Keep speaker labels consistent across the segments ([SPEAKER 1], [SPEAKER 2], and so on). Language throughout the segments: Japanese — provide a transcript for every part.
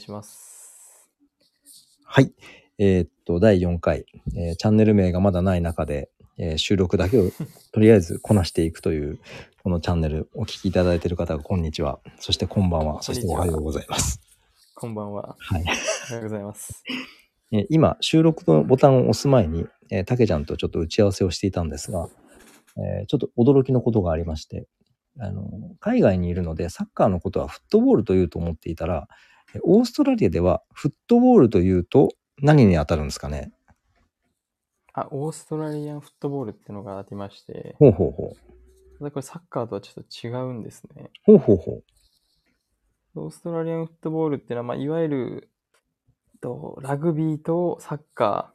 [SPEAKER 1] します。
[SPEAKER 2] はい。えーっと、第4回、えーチャンネル名がまだない中で、えー収録だけ をとりあえずこなしていくという、このチャンネル、お聞きいただいている方が、こんにちは。そして、こんばんは。そして、おはようございます。
[SPEAKER 1] こんばんは。
[SPEAKER 2] はい。
[SPEAKER 1] おはようございます。
[SPEAKER 2] えー今、収録のボタンを押す前に、えーたけちゃんとちょっと打ち合わせをしていたんですが、えーちょっと驚きのことがありまして、あの、海外にいるので、サッカーのことはフットボールというと思っていたら、えーオーストラリアでは、フットボールというと、何に当たるんですかね
[SPEAKER 1] あ、オーストラリアンフットボールってのがありまして、
[SPEAKER 2] ほうほうほう。
[SPEAKER 1] ただこれサッカーとはちょっと違うんですね。
[SPEAKER 2] ほうほうほ
[SPEAKER 1] オーストラリアンフットボールってのは、まあ、いわゆるとラグビーとサッカ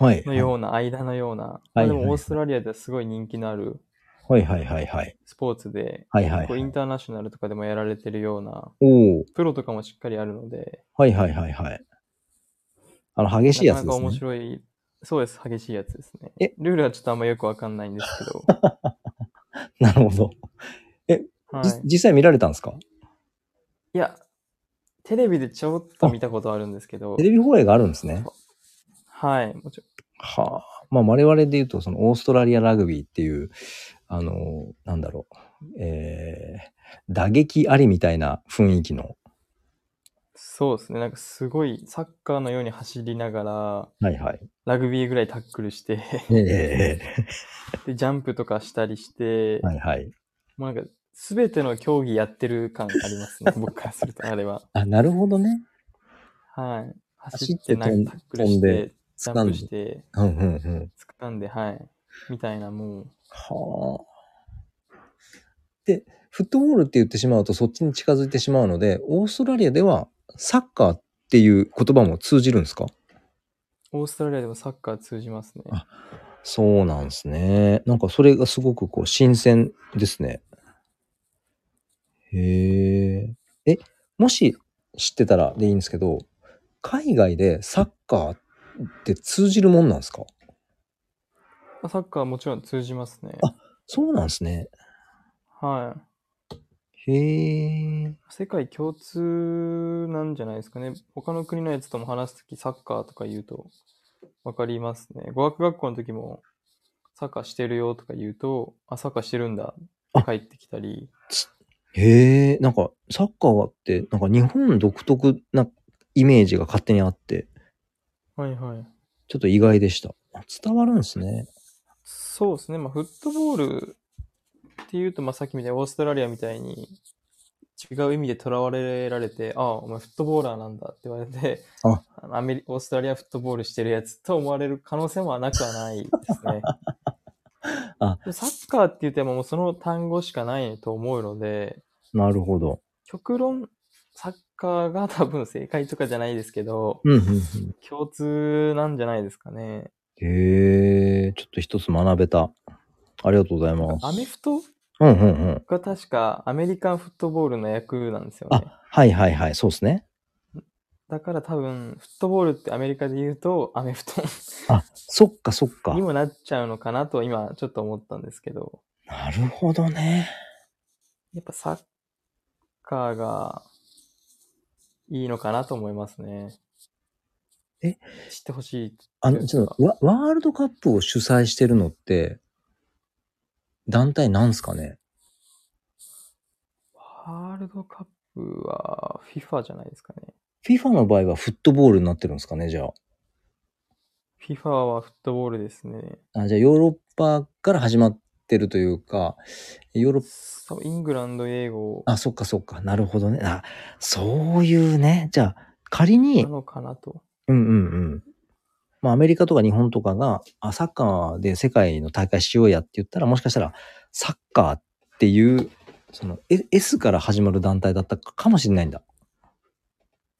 [SPEAKER 2] う。はい。
[SPEAKER 1] ーのような間のような、
[SPEAKER 2] い
[SPEAKER 1] まあ、で
[SPEAKER 2] はいはい
[SPEAKER 1] もオーストラリアではすごい人気のある
[SPEAKER 2] はいはいはいはい。
[SPEAKER 1] スポーツで、
[SPEAKER 2] はいはい
[SPEAKER 1] こ
[SPEAKER 2] は
[SPEAKER 1] うイ
[SPEAKER 2] い。
[SPEAKER 1] ンターナショナルとかでもやられてるような、
[SPEAKER 2] おお。
[SPEAKER 1] プロとかもしっかりあるので、
[SPEAKER 2] はいはいはいはい。あの、激しいや
[SPEAKER 1] なか
[SPEAKER 2] つ
[SPEAKER 1] な
[SPEAKER 2] で
[SPEAKER 1] か
[SPEAKER 2] すね。
[SPEAKER 1] 面白い、そうです、激しいやつですね
[SPEAKER 2] え。
[SPEAKER 1] ルールはちょっとあんまよくわかんないんですけ ど、
[SPEAKER 2] なるほど、
[SPEAKER 1] は
[SPEAKER 2] じ
[SPEAKER 1] い、
[SPEAKER 2] 実際見られたんですか
[SPEAKER 1] いや、テレビでちょろっと見たことあるんですけど
[SPEAKER 2] テ、レビ放映があるんですね。
[SPEAKER 1] はい、もちろん
[SPEAKER 2] はあ。まあ、我々で言うと、その、オーストラリアラグビーっていう、あの、なんだろう。えー、打撃ありみたいな雰囲気の。
[SPEAKER 1] そうですね、なんかすごいサッカーのように走りながら、
[SPEAKER 2] はい はい。
[SPEAKER 1] ラグビーぐらいタックルして、
[SPEAKER 2] ええ
[SPEAKER 1] でジャンプとかしたりして、
[SPEAKER 2] はいはい。
[SPEAKER 1] もうなんか、すべての競技やってる感あります ね、僕からすると、あれは。
[SPEAKER 2] あ、なるほどね。
[SPEAKER 1] はい。
[SPEAKER 2] 走
[SPEAKER 1] 走
[SPEAKER 2] っ
[SPEAKER 1] ってて、なんかタックルし
[SPEAKER 2] 飛ん
[SPEAKER 1] て、ジ
[SPEAKER 2] 掴
[SPEAKER 1] ャン
[SPEAKER 2] ん
[SPEAKER 1] プ
[SPEAKER 2] で
[SPEAKER 1] し。て、
[SPEAKER 2] うんうんうん。
[SPEAKER 1] 掴んで、はい。みたいな、もう、
[SPEAKER 2] はあ。で、フットボールって言ってしまうとそっちに近づいてしまうので、オーストラリアではサッカーっていう言葉も通じるんですか
[SPEAKER 1] オーストラリアでもサッカー通じますね。
[SPEAKER 2] あそうなんですね。なんかそれがすごくこう新鮮ですね。へえ。え、もし知ってたらでいいんですけど、海外でサッカーって通じるもんなんですか
[SPEAKER 1] まあサッカーはもちろん通じますね。
[SPEAKER 2] そうなんですね。
[SPEAKER 1] はい。
[SPEAKER 2] へえ。
[SPEAKER 1] 世界共通なんじゃないですかね。他の国のやつとも話すとき、サッカーとか言うと分かりますね。語学学校の時も、サッカーしてるよとか言うと、あ、サッカーしてるんだって帰ってきたり、
[SPEAKER 2] へえ、なんかサッカーって、なんか日本独特なイメージが勝手にあって、
[SPEAKER 1] はいはい。
[SPEAKER 2] ちょっと意外でした。あ伝わるんですね。
[SPEAKER 1] そうですね。まあ、フットボールっていうと、まあ、さっきみたいにオーストラリアみたいに、違う意味でとらわれられて、ああ、お前フットボーラーなんだって言われて、
[SPEAKER 2] あ
[SPEAKER 1] あのアメリオーストラリアフットボールしてるやつと思われる可能性もなくはないですね。
[SPEAKER 2] あ
[SPEAKER 1] でもサッカーって言ってももうその単語しかないと思うので、
[SPEAKER 2] なるほど。
[SPEAKER 1] 極論、サッカーが多分正解とかじゃないですけど、
[SPEAKER 2] うんうんうん。
[SPEAKER 1] 共通なんじゃないですかね。
[SPEAKER 2] へえ、ちょっと一つ学べた。ありがとうございます。
[SPEAKER 1] アメフト
[SPEAKER 2] うんうんうん。
[SPEAKER 1] が確かアメリカンフットボールの役なんですよね。
[SPEAKER 2] あ、はいはいはい、そうですね。
[SPEAKER 1] だから多分、フットボールってアメリカで言うと、アメフト
[SPEAKER 2] あ、そっかそっか
[SPEAKER 1] に。もなっちゃうのかなと今ちょっと思ったんですけど、
[SPEAKER 2] なるほどね。
[SPEAKER 1] やっぱサッカーがいいのかなと思いますね。
[SPEAKER 2] え
[SPEAKER 1] 知ってほしい。
[SPEAKER 2] あの、ちょっとワ、ワールドカップを主催してるのって、団体なんすかね
[SPEAKER 1] ワールドカップは FIFA じゃないですかね。
[SPEAKER 2] ?FIFA の場合はフットボールになってるんですかね、じゃあ。
[SPEAKER 1] FIFA はフットボールですね。
[SPEAKER 2] あ、じゃあヨーロッパから始まってるというか、ヨーロッパ、
[SPEAKER 1] 多分イングランド英語
[SPEAKER 2] あ、そっかそっか、なるほどね。あ、そういうね。じゃあ、仮に
[SPEAKER 1] な、のかなと。
[SPEAKER 2] うんうんうん。まあ、アメリカとか日本とかが、あ、サッカーで世界の大会しようやって言ったら、もしかしたら、サッカーっていう、その、え S から始まる団体だったかもしれないんだ。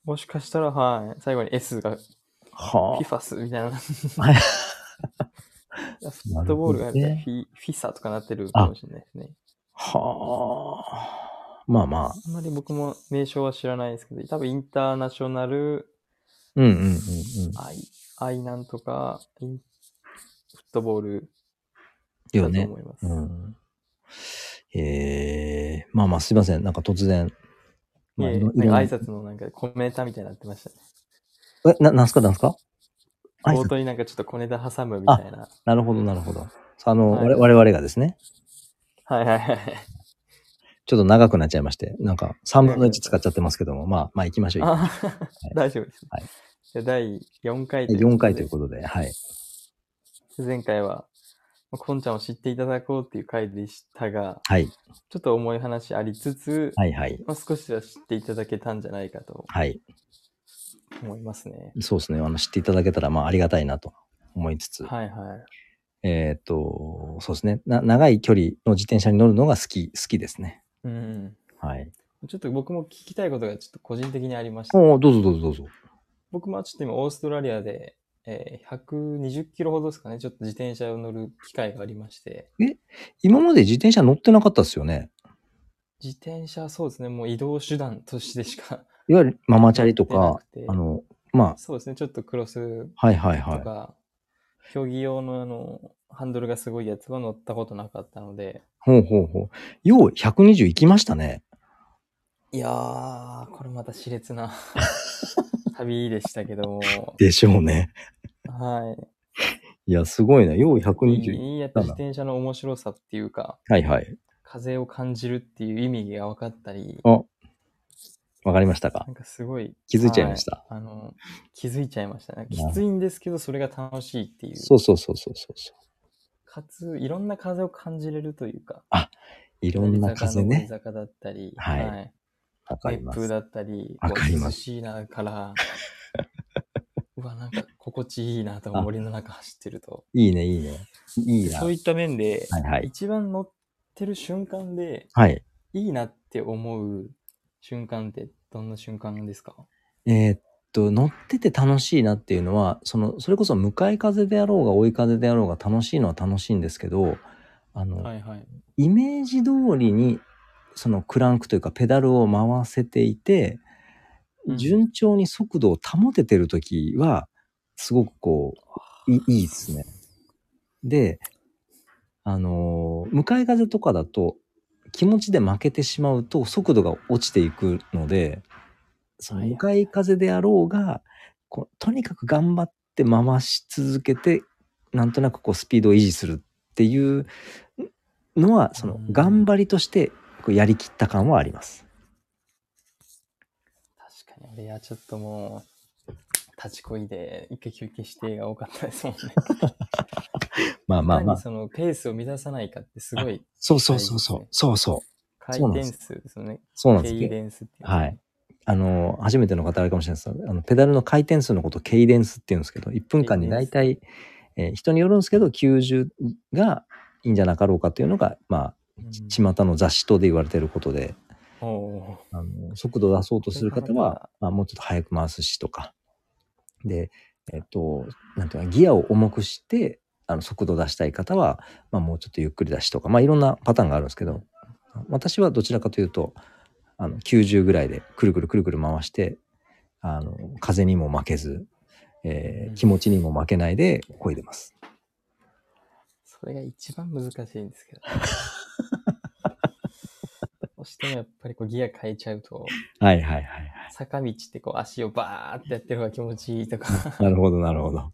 [SPEAKER 1] もしかしたら、はい。最後に S が
[SPEAKER 2] は
[SPEAKER 1] FIFAS み たいな。
[SPEAKER 2] はい
[SPEAKER 1] フットボールがフ
[SPEAKER 2] なるほどね
[SPEAKER 1] ィフィサとかなってるかもしれないですね。
[SPEAKER 2] あ。はあ。まあまあ。
[SPEAKER 1] あんまり僕も名称は知らないですけど、多分インターナショナル
[SPEAKER 2] うんうんうんうん。
[SPEAKER 1] アイ、アイなんとか、インフットボールだと
[SPEAKER 2] よね。
[SPEAKER 1] 思います。
[SPEAKER 2] うん。ええまあまあすいません。なんか突然、
[SPEAKER 1] い
[SPEAKER 2] まあ、
[SPEAKER 1] え
[SPEAKER 2] い
[SPEAKER 1] な
[SPEAKER 2] ろ
[SPEAKER 1] ん
[SPEAKER 2] いろ
[SPEAKER 1] か
[SPEAKER 2] な
[SPEAKER 1] 挨拶のなんか小ネタみたいになってましたね。
[SPEAKER 2] え、な、なんすかなんすか挨
[SPEAKER 1] 冒
[SPEAKER 2] 拶
[SPEAKER 1] 頭になんかちょっと小ネタ挟むみたいな。
[SPEAKER 2] なるほど、なるほど。あの、
[SPEAKER 1] はい
[SPEAKER 2] 我我々がですね、
[SPEAKER 1] はいはいはい。
[SPEAKER 2] ちょっと長くなっちゃいまして、なんか3分の1使っちゃってますけども、まあ、まあ行きましょう。
[SPEAKER 1] あ大丈夫です。
[SPEAKER 2] はい
[SPEAKER 1] じゃあ第4回ということで
[SPEAKER 2] 4回ということで、はい。
[SPEAKER 1] 前回は、まあこんちゃんを知っていただこうっていう回でしたが、
[SPEAKER 2] はい。
[SPEAKER 1] ちょっと重い話ありつつ、
[SPEAKER 2] はいはい。
[SPEAKER 1] まあ、少しは知っていただけたんじゃないかと
[SPEAKER 2] はい。
[SPEAKER 1] 思いますね。
[SPEAKER 2] そうですね。あの、知っていただけたら、まあ、ありがたいなと思いつつ、
[SPEAKER 1] はいはい。
[SPEAKER 2] えーっと、そうですねな。長い距離の自転車に乗るのが好き、好きですね。
[SPEAKER 1] うん。
[SPEAKER 2] はい。
[SPEAKER 1] ちょっと僕も聞きたいことがちょっと個人的にありまして、
[SPEAKER 2] おーどうぞどうぞどうぞ。
[SPEAKER 1] 僕もちょっと今オーストラリアで、えー120キロほどですかね、ちょっと自転車を乗る機会がありまして、
[SPEAKER 2] 今まで自転車乗ってなかったですよね。
[SPEAKER 1] 自転車はそうですね、もう移動手段としてしか
[SPEAKER 2] いわゆるママチャリと
[SPEAKER 1] 乗っ
[SPEAKER 2] か
[SPEAKER 1] てなく、て
[SPEAKER 2] あの、ま
[SPEAKER 1] そうですね、ちょっとクロス
[SPEAKER 2] あ、はいはい
[SPEAKER 1] と
[SPEAKER 2] はい
[SPEAKER 1] か、。競技用のあの、ハンドルがすごいやつは乗ったことなかったので、
[SPEAKER 2] ほうほうほう。よう120行きましたね。
[SPEAKER 1] いやー、これまた熾烈 な旅でしたけども、
[SPEAKER 2] でしょうね。
[SPEAKER 1] はい。
[SPEAKER 2] いや、すごいな。よう
[SPEAKER 1] い
[SPEAKER 2] 120。
[SPEAKER 1] いやっぱ自転車の面白さっていうか、
[SPEAKER 2] はいはい。
[SPEAKER 1] 風を感じるっていう意味が分かったり、
[SPEAKER 2] あわかりましたか
[SPEAKER 1] なんかすごい
[SPEAKER 2] 気づいちゃいました
[SPEAKER 1] はあの気づいちゃいましたね。
[SPEAKER 2] なるほど
[SPEAKER 1] きついんですけど、それが楽しいっていう。
[SPEAKER 2] そうそうそうそうそうそう。
[SPEAKER 1] かつ、いろんな風を感じれるというか、
[SPEAKER 2] い
[SPEAKER 1] い
[SPEAKER 2] ろんな風ね。
[SPEAKER 1] 坂だったり、
[SPEAKER 2] はいわかり
[SPEAKER 1] 熱
[SPEAKER 2] ま
[SPEAKER 1] 風
[SPEAKER 2] す。
[SPEAKER 1] だったり、
[SPEAKER 2] わかります
[SPEAKER 1] こう涼しいな から、うわ、なんか心地いいなと、
[SPEAKER 2] あ
[SPEAKER 1] 森の中走ってると。
[SPEAKER 2] いいね、いいね。いいな。
[SPEAKER 1] そ
[SPEAKER 2] は
[SPEAKER 1] う
[SPEAKER 2] い
[SPEAKER 1] いった面で、
[SPEAKER 2] はい。
[SPEAKER 1] 一番乗ってる瞬間で、
[SPEAKER 2] はい。
[SPEAKER 1] いいなって思う瞬間ってどんな瞬間ですか
[SPEAKER 2] えーっと、乗ってて楽しいなっていうのは、その、それこそ向かい風であろうが追い風であろうが楽しいのは楽しいんですけど、あの、
[SPEAKER 1] はいはい。
[SPEAKER 2] イメージ通りにそのクランクというかペダルを回せていて、
[SPEAKER 1] うん
[SPEAKER 2] 順調に速度を保ててる時はすごくこういいいいですね。であのー向かい風とかだと気持ちで負けてしまうと速度が落ちていくのでその
[SPEAKER 1] はいはい
[SPEAKER 2] 向かい風であろうがこうとにかく頑張って回し続けてなんとなくこうスピードを維持するっていうのはその
[SPEAKER 1] うん
[SPEAKER 2] 頑張りとしてこうやりきった感はあります。
[SPEAKER 1] 確かに、俺はちょっともう、立ちこいで、一回休憩してが多かったですもんね。
[SPEAKER 2] まあまあま
[SPEAKER 1] 単に
[SPEAKER 2] あ。
[SPEAKER 1] そのペースを乱さないかってすごい
[SPEAKER 2] そうそうそうそう。そうそう。
[SPEAKER 1] 回
[SPEAKER 2] そうなん
[SPEAKER 1] 転
[SPEAKER 2] です
[SPEAKER 1] 数ですよね。
[SPEAKER 2] そうなん
[SPEAKER 1] ケ
[SPEAKER 2] です
[SPEAKER 1] イ
[SPEAKER 2] ね。
[SPEAKER 1] デンスってう。
[SPEAKER 2] はい。あの、初めての方あれかもしれないです。あの、ペダルの回転数のことをケイデンスって言うんですけど、1分間に大体、えー人によるんですけど、90がいいんじゃなかろうかというのが、まあ、
[SPEAKER 1] うん
[SPEAKER 2] 巷の雑誌等で言われてることで、
[SPEAKER 1] おー
[SPEAKER 2] あの速度を出そうとする方は、まあ、もうちょっと早く回すしとか。で、えっと、なんていうか、ギアを重くして、あの速度を出したい方は、まあ、もうちょっとゆっくり出しとか、まあ、いろんなパターンがあるんですけど、私はどちらかというと、あの90ぐらいでくるくるくるくる回して、あの風にも負けず、えー
[SPEAKER 1] うん
[SPEAKER 2] 気持ちにも負けないで漕いでます。
[SPEAKER 1] それが一番難しいん ですけど。どうしてもやっぱりこうギア変えちゃうと、
[SPEAKER 2] はいはいはいは
[SPEAKER 1] 坂道ってこう足をバーってやってる方が気持ちいいとか、
[SPEAKER 2] い。なるほどなるほど。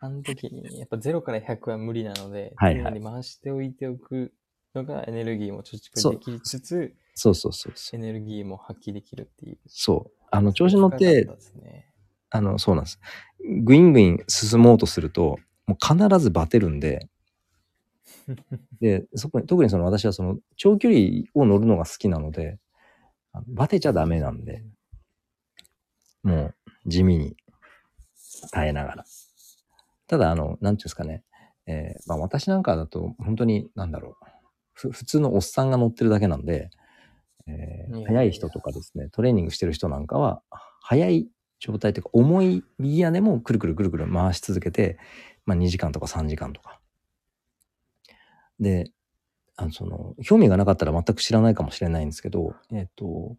[SPEAKER 1] あの時にやっぱ0から100は無理なので、
[SPEAKER 2] はいはい
[SPEAKER 1] 常に回しておいておくのがエネルギーも貯
[SPEAKER 2] そ
[SPEAKER 1] 蓄
[SPEAKER 2] う
[SPEAKER 1] できつつ、
[SPEAKER 2] そうそうそうそう。
[SPEAKER 1] エネルギーも発揮できるっていう。
[SPEAKER 2] そう。あの調子乗って
[SPEAKER 1] 深かたですね
[SPEAKER 2] あの、そうなんです。グイングイン進もうとすると、もう必ずバテるんで、 で、そこに、特にその私はその長距離を乗るのが好きなので、あのバテちゃダメなんで、もう地味に耐えながら。ただ、あの、なんていうんですかね、えーまあ私なんかだと本当に、なんだろう、ふ普通のおっさんが乗ってるだけなんで、え
[SPEAKER 1] いやい
[SPEAKER 2] ー、
[SPEAKER 1] や
[SPEAKER 2] 速い人とかですね、トレーニングしてる人なんかは、速い状態というか、重い右屋根もくるくるくるくる回し続けて、まあ2時間とか3時間とか。で、あのその、興味がなかったら全く知らないかもしれないんですけど、えっ、と、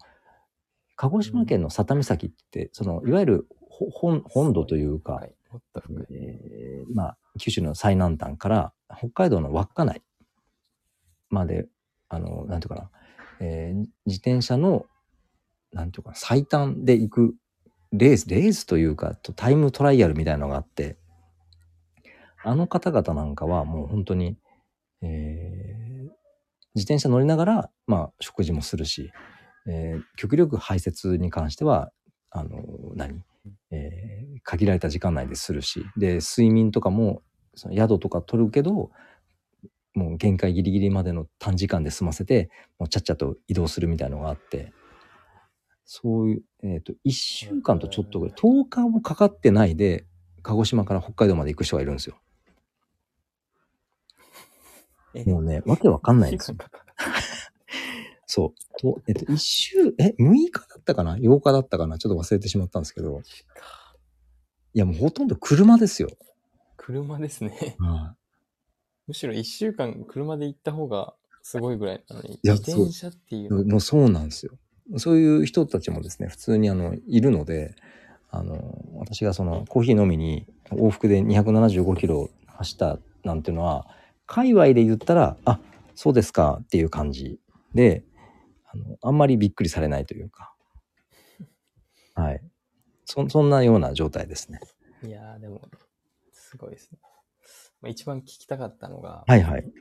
[SPEAKER 2] 鹿児島県の佐多岬って、その、いわゆるほ本本土というか、
[SPEAKER 1] はいもっと深い。
[SPEAKER 2] えーまあ、九州の最南端から北海道の稚内まで、あの、なんていうかな、えー自転車のなんていうかな、最短で行くレース、レースというか、とタイムトライアルみたいなのがあって、あの方々なんかはもう本当に、えー自転車乗りながら、まあ、食事もするし、えー極力排泄に関しては、あの、何えー限られた時間内でするし、で、睡眠とかも、その宿とか取るけど、もう限界ギリギリまでの短時間で済ませて、もうちゃっちゃと移動するみたいのがあって、そういう、えっ、と、1週間とちょっとぐらい、10日もかかってないで、鹿児島から北海道まで行く人がいるんですよ。
[SPEAKER 1] え
[SPEAKER 2] もうね、わけわかんないんですよ。そう。とえっと、1週、え、6日だったかな ?8 日だったかなちょっと忘れてしまったんですけど、いや、もうほとんど車ですよ。
[SPEAKER 1] 車ですね。
[SPEAKER 2] は
[SPEAKER 1] むしろ一週間車で行った方がすごいぐらいなのに、
[SPEAKER 2] いや
[SPEAKER 1] 自転車ってい
[SPEAKER 2] いう
[SPEAKER 1] の
[SPEAKER 2] もうそうなんですよ。そういう人たちもですね、普通にあの、いるので、あの、私がその、コーヒー飲みに往復で275キロ走ったなんていうのは、界隈で言ったら、あ、そうですかっていう感じで、あの、あんまりびっくりされないというか、はい。そそんなような状態ですね。
[SPEAKER 1] いやーでも、すごいですね。まあ、一番聞きたかったのが、
[SPEAKER 2] はいはい。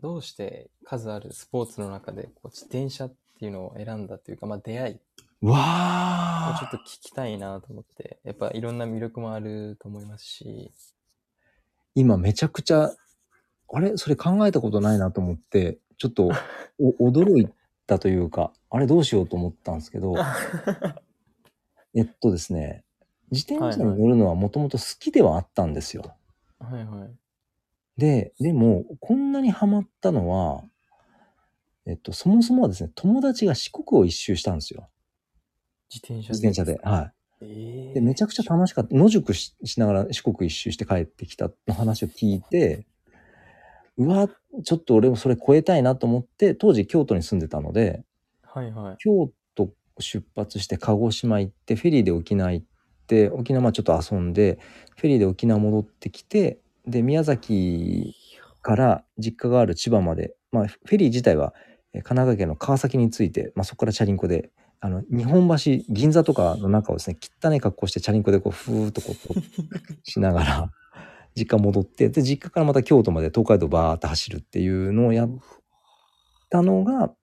[SPEAKER 1] どうして数あるスポーツの中でこう自転車っていうのを選んだというか、まあ、出会いを
[SPEAKER 2] わ
[SPEAKER 1] ちょっと聞きたいなと思って、やっぱいろんな魅力もあると思いますし、
[SPEAKER 2] 今めちゃくちゃ、あれそれ考えたことないなと思って、ちょっとお驚いたというか、あれどうしようと思ったんです けど、えっとですね、自転車に乗るのはもともと好きではあったんですよ。
[SPEAKER 1] はいはい。
[SPEAKER 2] で、でも、こんなにハマったのは、えっと、そもそもはですね、友達が四国を一周したんですよ。
[SPEAKER 1] 自転車
[SPEAKER 2] 自転車で。は
[SPEAKER 1] え
[SPEAKER 2] い。
[SPEAKER 1] ー
[SPEAKER 2] で、めちゃくちゃ楽しかった。野宿ししながら四国一周して帰ってきたの話を聞いて、うわ、ちょっと俺もそれ超えたいなと思って、当時京都に住んでたので、
[SPEAKER 1] はいはい。
[SPEAKER 2] 京都出発して鹿児島行って、フェリーで沖縄行って、沖縄まあちょっと遊んで、フェリーで沖縄戻ってきて、で、宮崎から実家がある千葉まで、まあフェリー自体はえー神奈川県の川崎に着いて、まあそこからチャリンコで、あの、日本橋、銀座とかの中をですね、汚い格好してチャリンコでこう、ふーっとこう、しな がら、実家戻って、で、実家からまた京都まで東海道バーって走るっていうのをやったのが、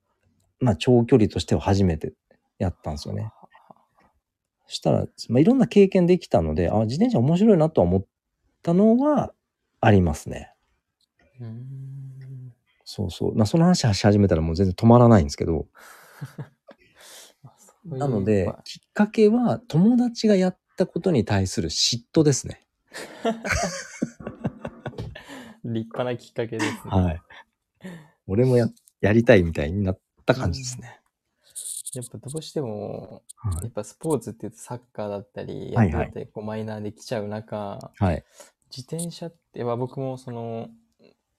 [SPEAKER 2] まあ、長距離としては初めてやったんですよね。そしたら、まあ、いろんな経験できたので、あ、自転車面白いなとは思ったのはありますね。
[SPEAKER 1] うーん。
[SPEAKER 2] そうそう。まあ、その話し始めたらもう全然止まらないんですけど、
[SPEAKER 1] まあそういう
[SPEAKER 2] なので
[SPEAKER 1] まあ、
[SPEAKER 2] きっかけは友達がやったことに対する嫉妬ですね。
[SPEAKER 1] 立派なきっかけですね。
[SPEAKER 2] い。俺もや、やりたいみたいになった感じですね。
[SPEAKER 1] やっぱどうしても、
[SPEAKER 2] は
[SPEAKER 1] やっぱスポーツっていうとサッカーだったり、
[SPEAKER 2] は
[SPEAKER 1] 野
[SPEAKER 2] いはい
[SPEAKER 1] 球だったりこうマイナーできちゃう中、
[SPEAKER 2] はい。
[SPEAKER 1] 自転車って、まあ、僕もその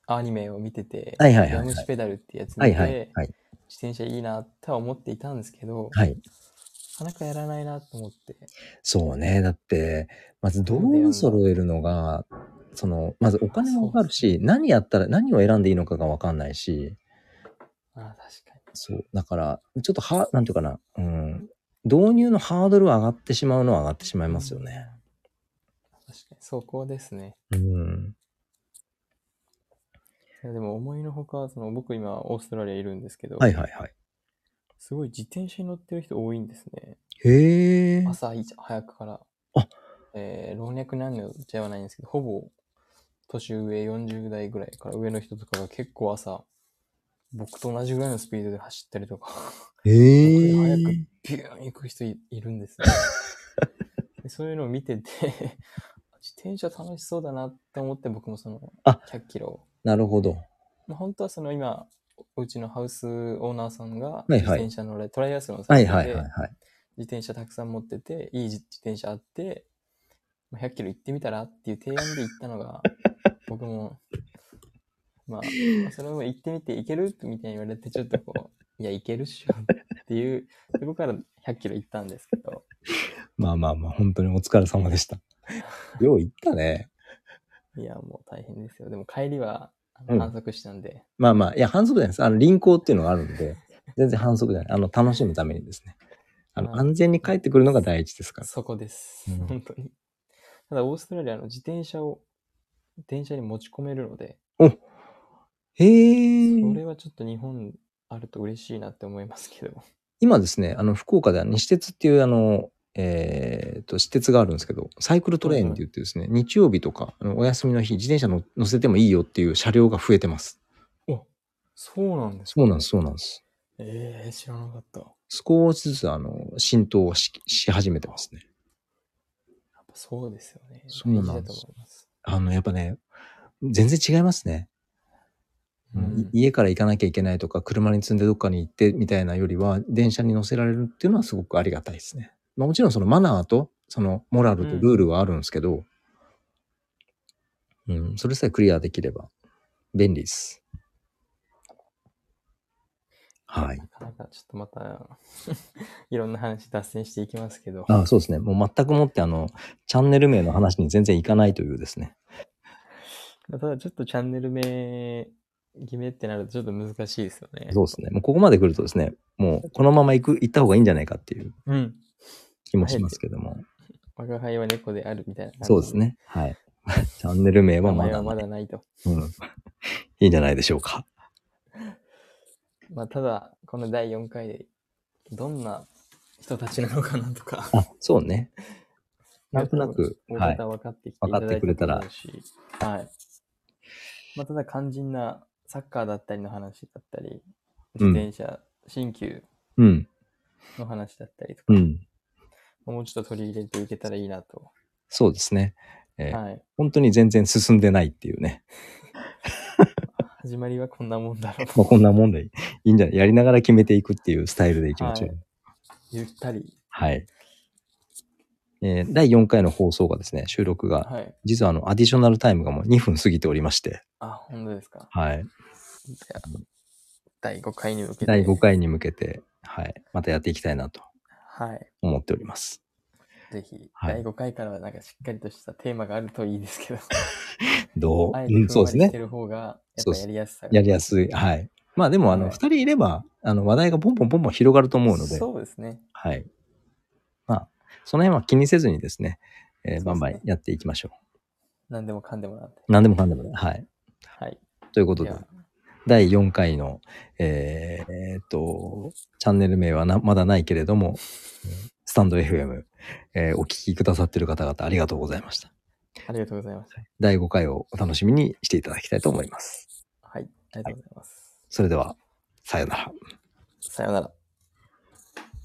[SPEAKER 1] アニメを見てて、
[SPEAKER 2] はいはいはいはい
[SPEAKER 1] ラムシペダルってやつ
[SPEAKER 2] は
[SPEAKER 1] 見
[SPEAKER 2] い
[SPEAKER 1] て、
[SPEAKER 2] はい。はい。
[SPEAKER 1] 自転車いいなとは思っていたんですけど、
[SPEAKER 2] はい。
[SPEAKER 1] なかなかやらないなと思って。
[SPEAKER 2] そうね。だって、まず道
[SPEAKER 1] そうだよ
[SPEAKER 2] 具
[SPEAKER 1] な
[SPEAKER 2] 揃えるのが、その、まずお金もかかるし、何やったら、何を選んでいいのかがわかんないし、
[SPEAKER 1] ああ、確かに。
[SPEAKER 2] そう。だから、ちょっとは、なんていうかな、うん、導入のハードルは上がってしまうのは上がってしまいますよね。
[SPEAKER 1] 確かに、そこですね。
[SPEAKER 2] うん。
[SPEAKER 1] いやでも思いのほか、その僕今オーストラリアいるんですけど、
[SPEAKER 2] はいはいはい。
[SPEAKER 1] すごい自転車に乗ってる人多いんですね。
[SPEAKER 2] へえ。
[SPEAKER 1] 朝いち早くから。
[SPEAKER 2] あ
[SPEAKER 1] えー老若男女じゃないんですけど、ほぼ年上40代ぐらいから上の人とかが結構朝、僕と同じぐらいのスピードで走ったりとか、
[SPEAKER 2] へえ。
[SPEAKER 1] 僕より早くビューン行く人いいるんですね。でそういうのを見てて、自転車楽しそうだなって思って僕もその
[SPEAKER 2] あ
[SPEAKER 1] 100キロ、
[SPEAKER 2] なるほど。
[SPEAKER 1] まあ、本当はその今、うちのハウスオーナーさんが
[SPEAKER 2] いはい
[SPEAKER 1] 自転車乗れ、トライアスロンさ
[SPEAKER 2] は
[SPEAKER 1] れ
[SPEAKER 2] い
[SPEAKER 1] てて、
[SPEAKER 2] はいはいはい。
[SPEAKER 1] 自転車たくさん持ってて、いい自自転車あって、まあ100キロ行ってみたらっていう提案で行ったの が、僕も、まあ、まあそれも行ってみて行けるみたいに言われて、ちょっとこう、いや、行けるっしょっていう、そこから100キロ行ったんですけど、
[SPEAKER 2] まあまあまあ、本当にお疲れ様でした。よう行ったね。
[SPEAKER 1] いや、もう大変ですよ。でも帰りはあ
[SPEAKER 2] うん
[SPEAKER 1] の反則したんで、
[SPEAKER 2] まあまあ、いや、反則じゃないです。あの、輪行っていうのがあるんで、全然反則じゃない。あの、楽しむためにですね。あの、
[SPEAKER 1] はい
[SPEAKER 2] 安全に帰ってくるのが第一ですから。
[SPEAKER 1] そこです。
[SPEAKER 2] うん
[SPEAKER 1] 本当に。ただ、オーストラリアの自転車を、電車に持ち込めるので、
[SPEAKER 2] へ
[SPEAKER 1] そ
[SPEAKER 2] え。
[SPEAKER 1] れはちょっと日本あると嬉しいなって思いますけど。
[SPEAKER 2] 今ですね、あの、福岡では西鉄っていう、あの、えーと、私鉄があるんですけど、サイクルトレインって言ってですね、日曜日とか、あのお休みの日、自転車の乗せてもいいよっていう車両が増えてます。
[SPEAKER 1] そうなんです
[SPEAKER 2] そうなんです、そうなんです。
[SPEAKER 1] ええ知らなかった。やっ
[SPEAKER 2] 少しずつ、あの、浸透しし始めてますね。
[SPEAKER 1] ぱそうですよね。
[SPEAKER 2] そうなんです
[SPEAKER 1] 大事だと思います。
[SPEAKER 2] あの、やっぱね、全然違いますね。うんい家から行かなきゃいけないとか、車に積んでどっかに行ってみたいなよりは、電車に乗せられるっていうのはすごくありがたいですね。まあ、もちろんそのマナーと、そのモラルと
[SPEAKER 1] うん
[SPEAKER 2] ルールはあるんですけど、うん、それさえクリアできれば便利です。はい。
[SPEAKER 1] なかなかちょっとまた いろんな話脱線していきますけど、
[SPEAKER 2] あそうですね。もう全くもって、あの、チャンネル名の話に全然いかないというですね。
[SPEAKER 1] ただちょっとチャンネル名決めってなるとちょっと難しいですよね。
[SPEAKER 2] そうですね。もうここまで来るとですね、もうこのまま行く、行った方がいいんじゃないかっていう
[SPEAKER 1] うん。
[SPEAKER 2] 気もしますけども。
[SPEAKER 1] 我輩は猫であるみたいな感じ。
[SPEAKER 2] そうです。ね。はい。 チャンネル名は
[SPEAKER 1] 名
[SPEAKER 2] ま
[SPEAKER 1] 前
[SPEAKER 2] だ
[SPEAKER 1] はま
[SPEAKER 2] ない。
[SPEAKER 1] だないと。
[SPEAKER 2] うん。 いいんじゃないでしょうか。
[SPEAKER 1] まあ、ただ、この第4回で、どんな人たちなのかなとか、
[SPEAKER 2] あ、そうね。なんとなく、
[SPEAKER 1] 大
[SPEAKER 2] はい。
[SPEAKER 1] 方分かってきていただい
[SPEAKER 2] 分かってくれたら
[SPEAKER 1] と思うしはい。まあ、ただ、肝心なサッカーだったりの話だったり、
[SPEAKER 2] う
[SPEAKER 1] 自
[SPEAKER 2] ん
[SPEAKER 1] 転車、新旧
[SPEAKER 2] うん。
[SPEAKER 1] の話だったりとか、
[SPEAKER 2] うん。
[SPEAKER 1] もうちょっと取り入れていけたらいいなと。
[SPEAKER 2] そうですね。えー
[SPEAKER 1] はい。
[SPEAKER 2] 本当に全然進んでないっていうね。
[SPEAKER 1] 始まりはこんなもんだろう。
[SPEAKER 2] まあ、こんなもんでいいいいんじゃないやりながら決めていくっていうスタイルでいきましょう。
[SPEAKER 1] ゆったり。
[SPEAKER 2] はい。えー第4回の放送がですね、収録が、
[SPEAKER 1] はい。
[SPEAKER 2] 実はあの、アディショナルタイムがもう2分過ぎておりまして、
[SPEAKER 1] あ、本当ですか。
[SPEAKER 2] はい。
[SPEAKER 1] じゃあ第5回に向けて。
[SPEAKER 2] 第5。回に向けて、はい。またやっていきたいなと
[SPEAKER 1] はい。
[SPEAKER 2] 思っております。
[SPEAKER 1] ぜひ、
[SPEAKER 2] はい
[SPEAKER 1] 第5回からはなんかしっかりとしたテーマがあるといいですけど、
[SPEAKER 2] どう、
[SPEAKER 1] あえて
[SPEAKER 2] うん、
[SPEAKER 1] ふ
[SPEAKER 2] そ
[SPEAKER 1] ん
[SPEAKER 2] う
[SPEAKER 1] わ
[SPEAKER 2] です
[SPEAKER 1] りし
[SPEAKER 2] ね
[SPEAKER 1] て。る方が、やっ
[SPEAKER 2] そ
[SPEAKER 1] ぱ
[SPEAKER 2] うです
[SPEAKER 1] やりやすさが
[SPEAKER 2] やりやすい。はい。まあでも、あの、
[SPEAKER 1] は
[SPEAKER 2] 二、
[SPEAKER 1] い
[SPEAKER 2] 人いれば、あの、話題がポンポンポンポン広がると思うので、
[SPEAKER 1] そうですね。
[SPEAKER 2] はい。まあ、その辺は気にせずにですね、
[SPEAKER 1] そう
[SPEAKER 2] えー
[SPEAKER 1] ですね
[SPEAKER 2] バンバンやっていきましょう。
[SPEAKER 1] 何でもかんでもなんで。
[SPEAKER 2] 何でもかんでもね。はい。
[SPEAKER 1] はい。
[SPEAKER 2] ということ
[SPEAKER 1] じ
[SPEAKER 2] で
[SPEAKER 1] ゃ、あ、
[SPEAKER 2] 第4回の、えーえーっと、チャンネル名はなまだないけれども、スタンド FM、えーお聞きくださってる方々ありがとうございました。
[SPEAKER 1] ありがとうございました。
[SPEAKER 2] 第5回をお楽しみにしていただきたいと思います。
[SPEAKER 1] はい。ありがとうございます。
[SPEAKER 2] それでは、さようなら。
[SPEAKER 1] さようなら。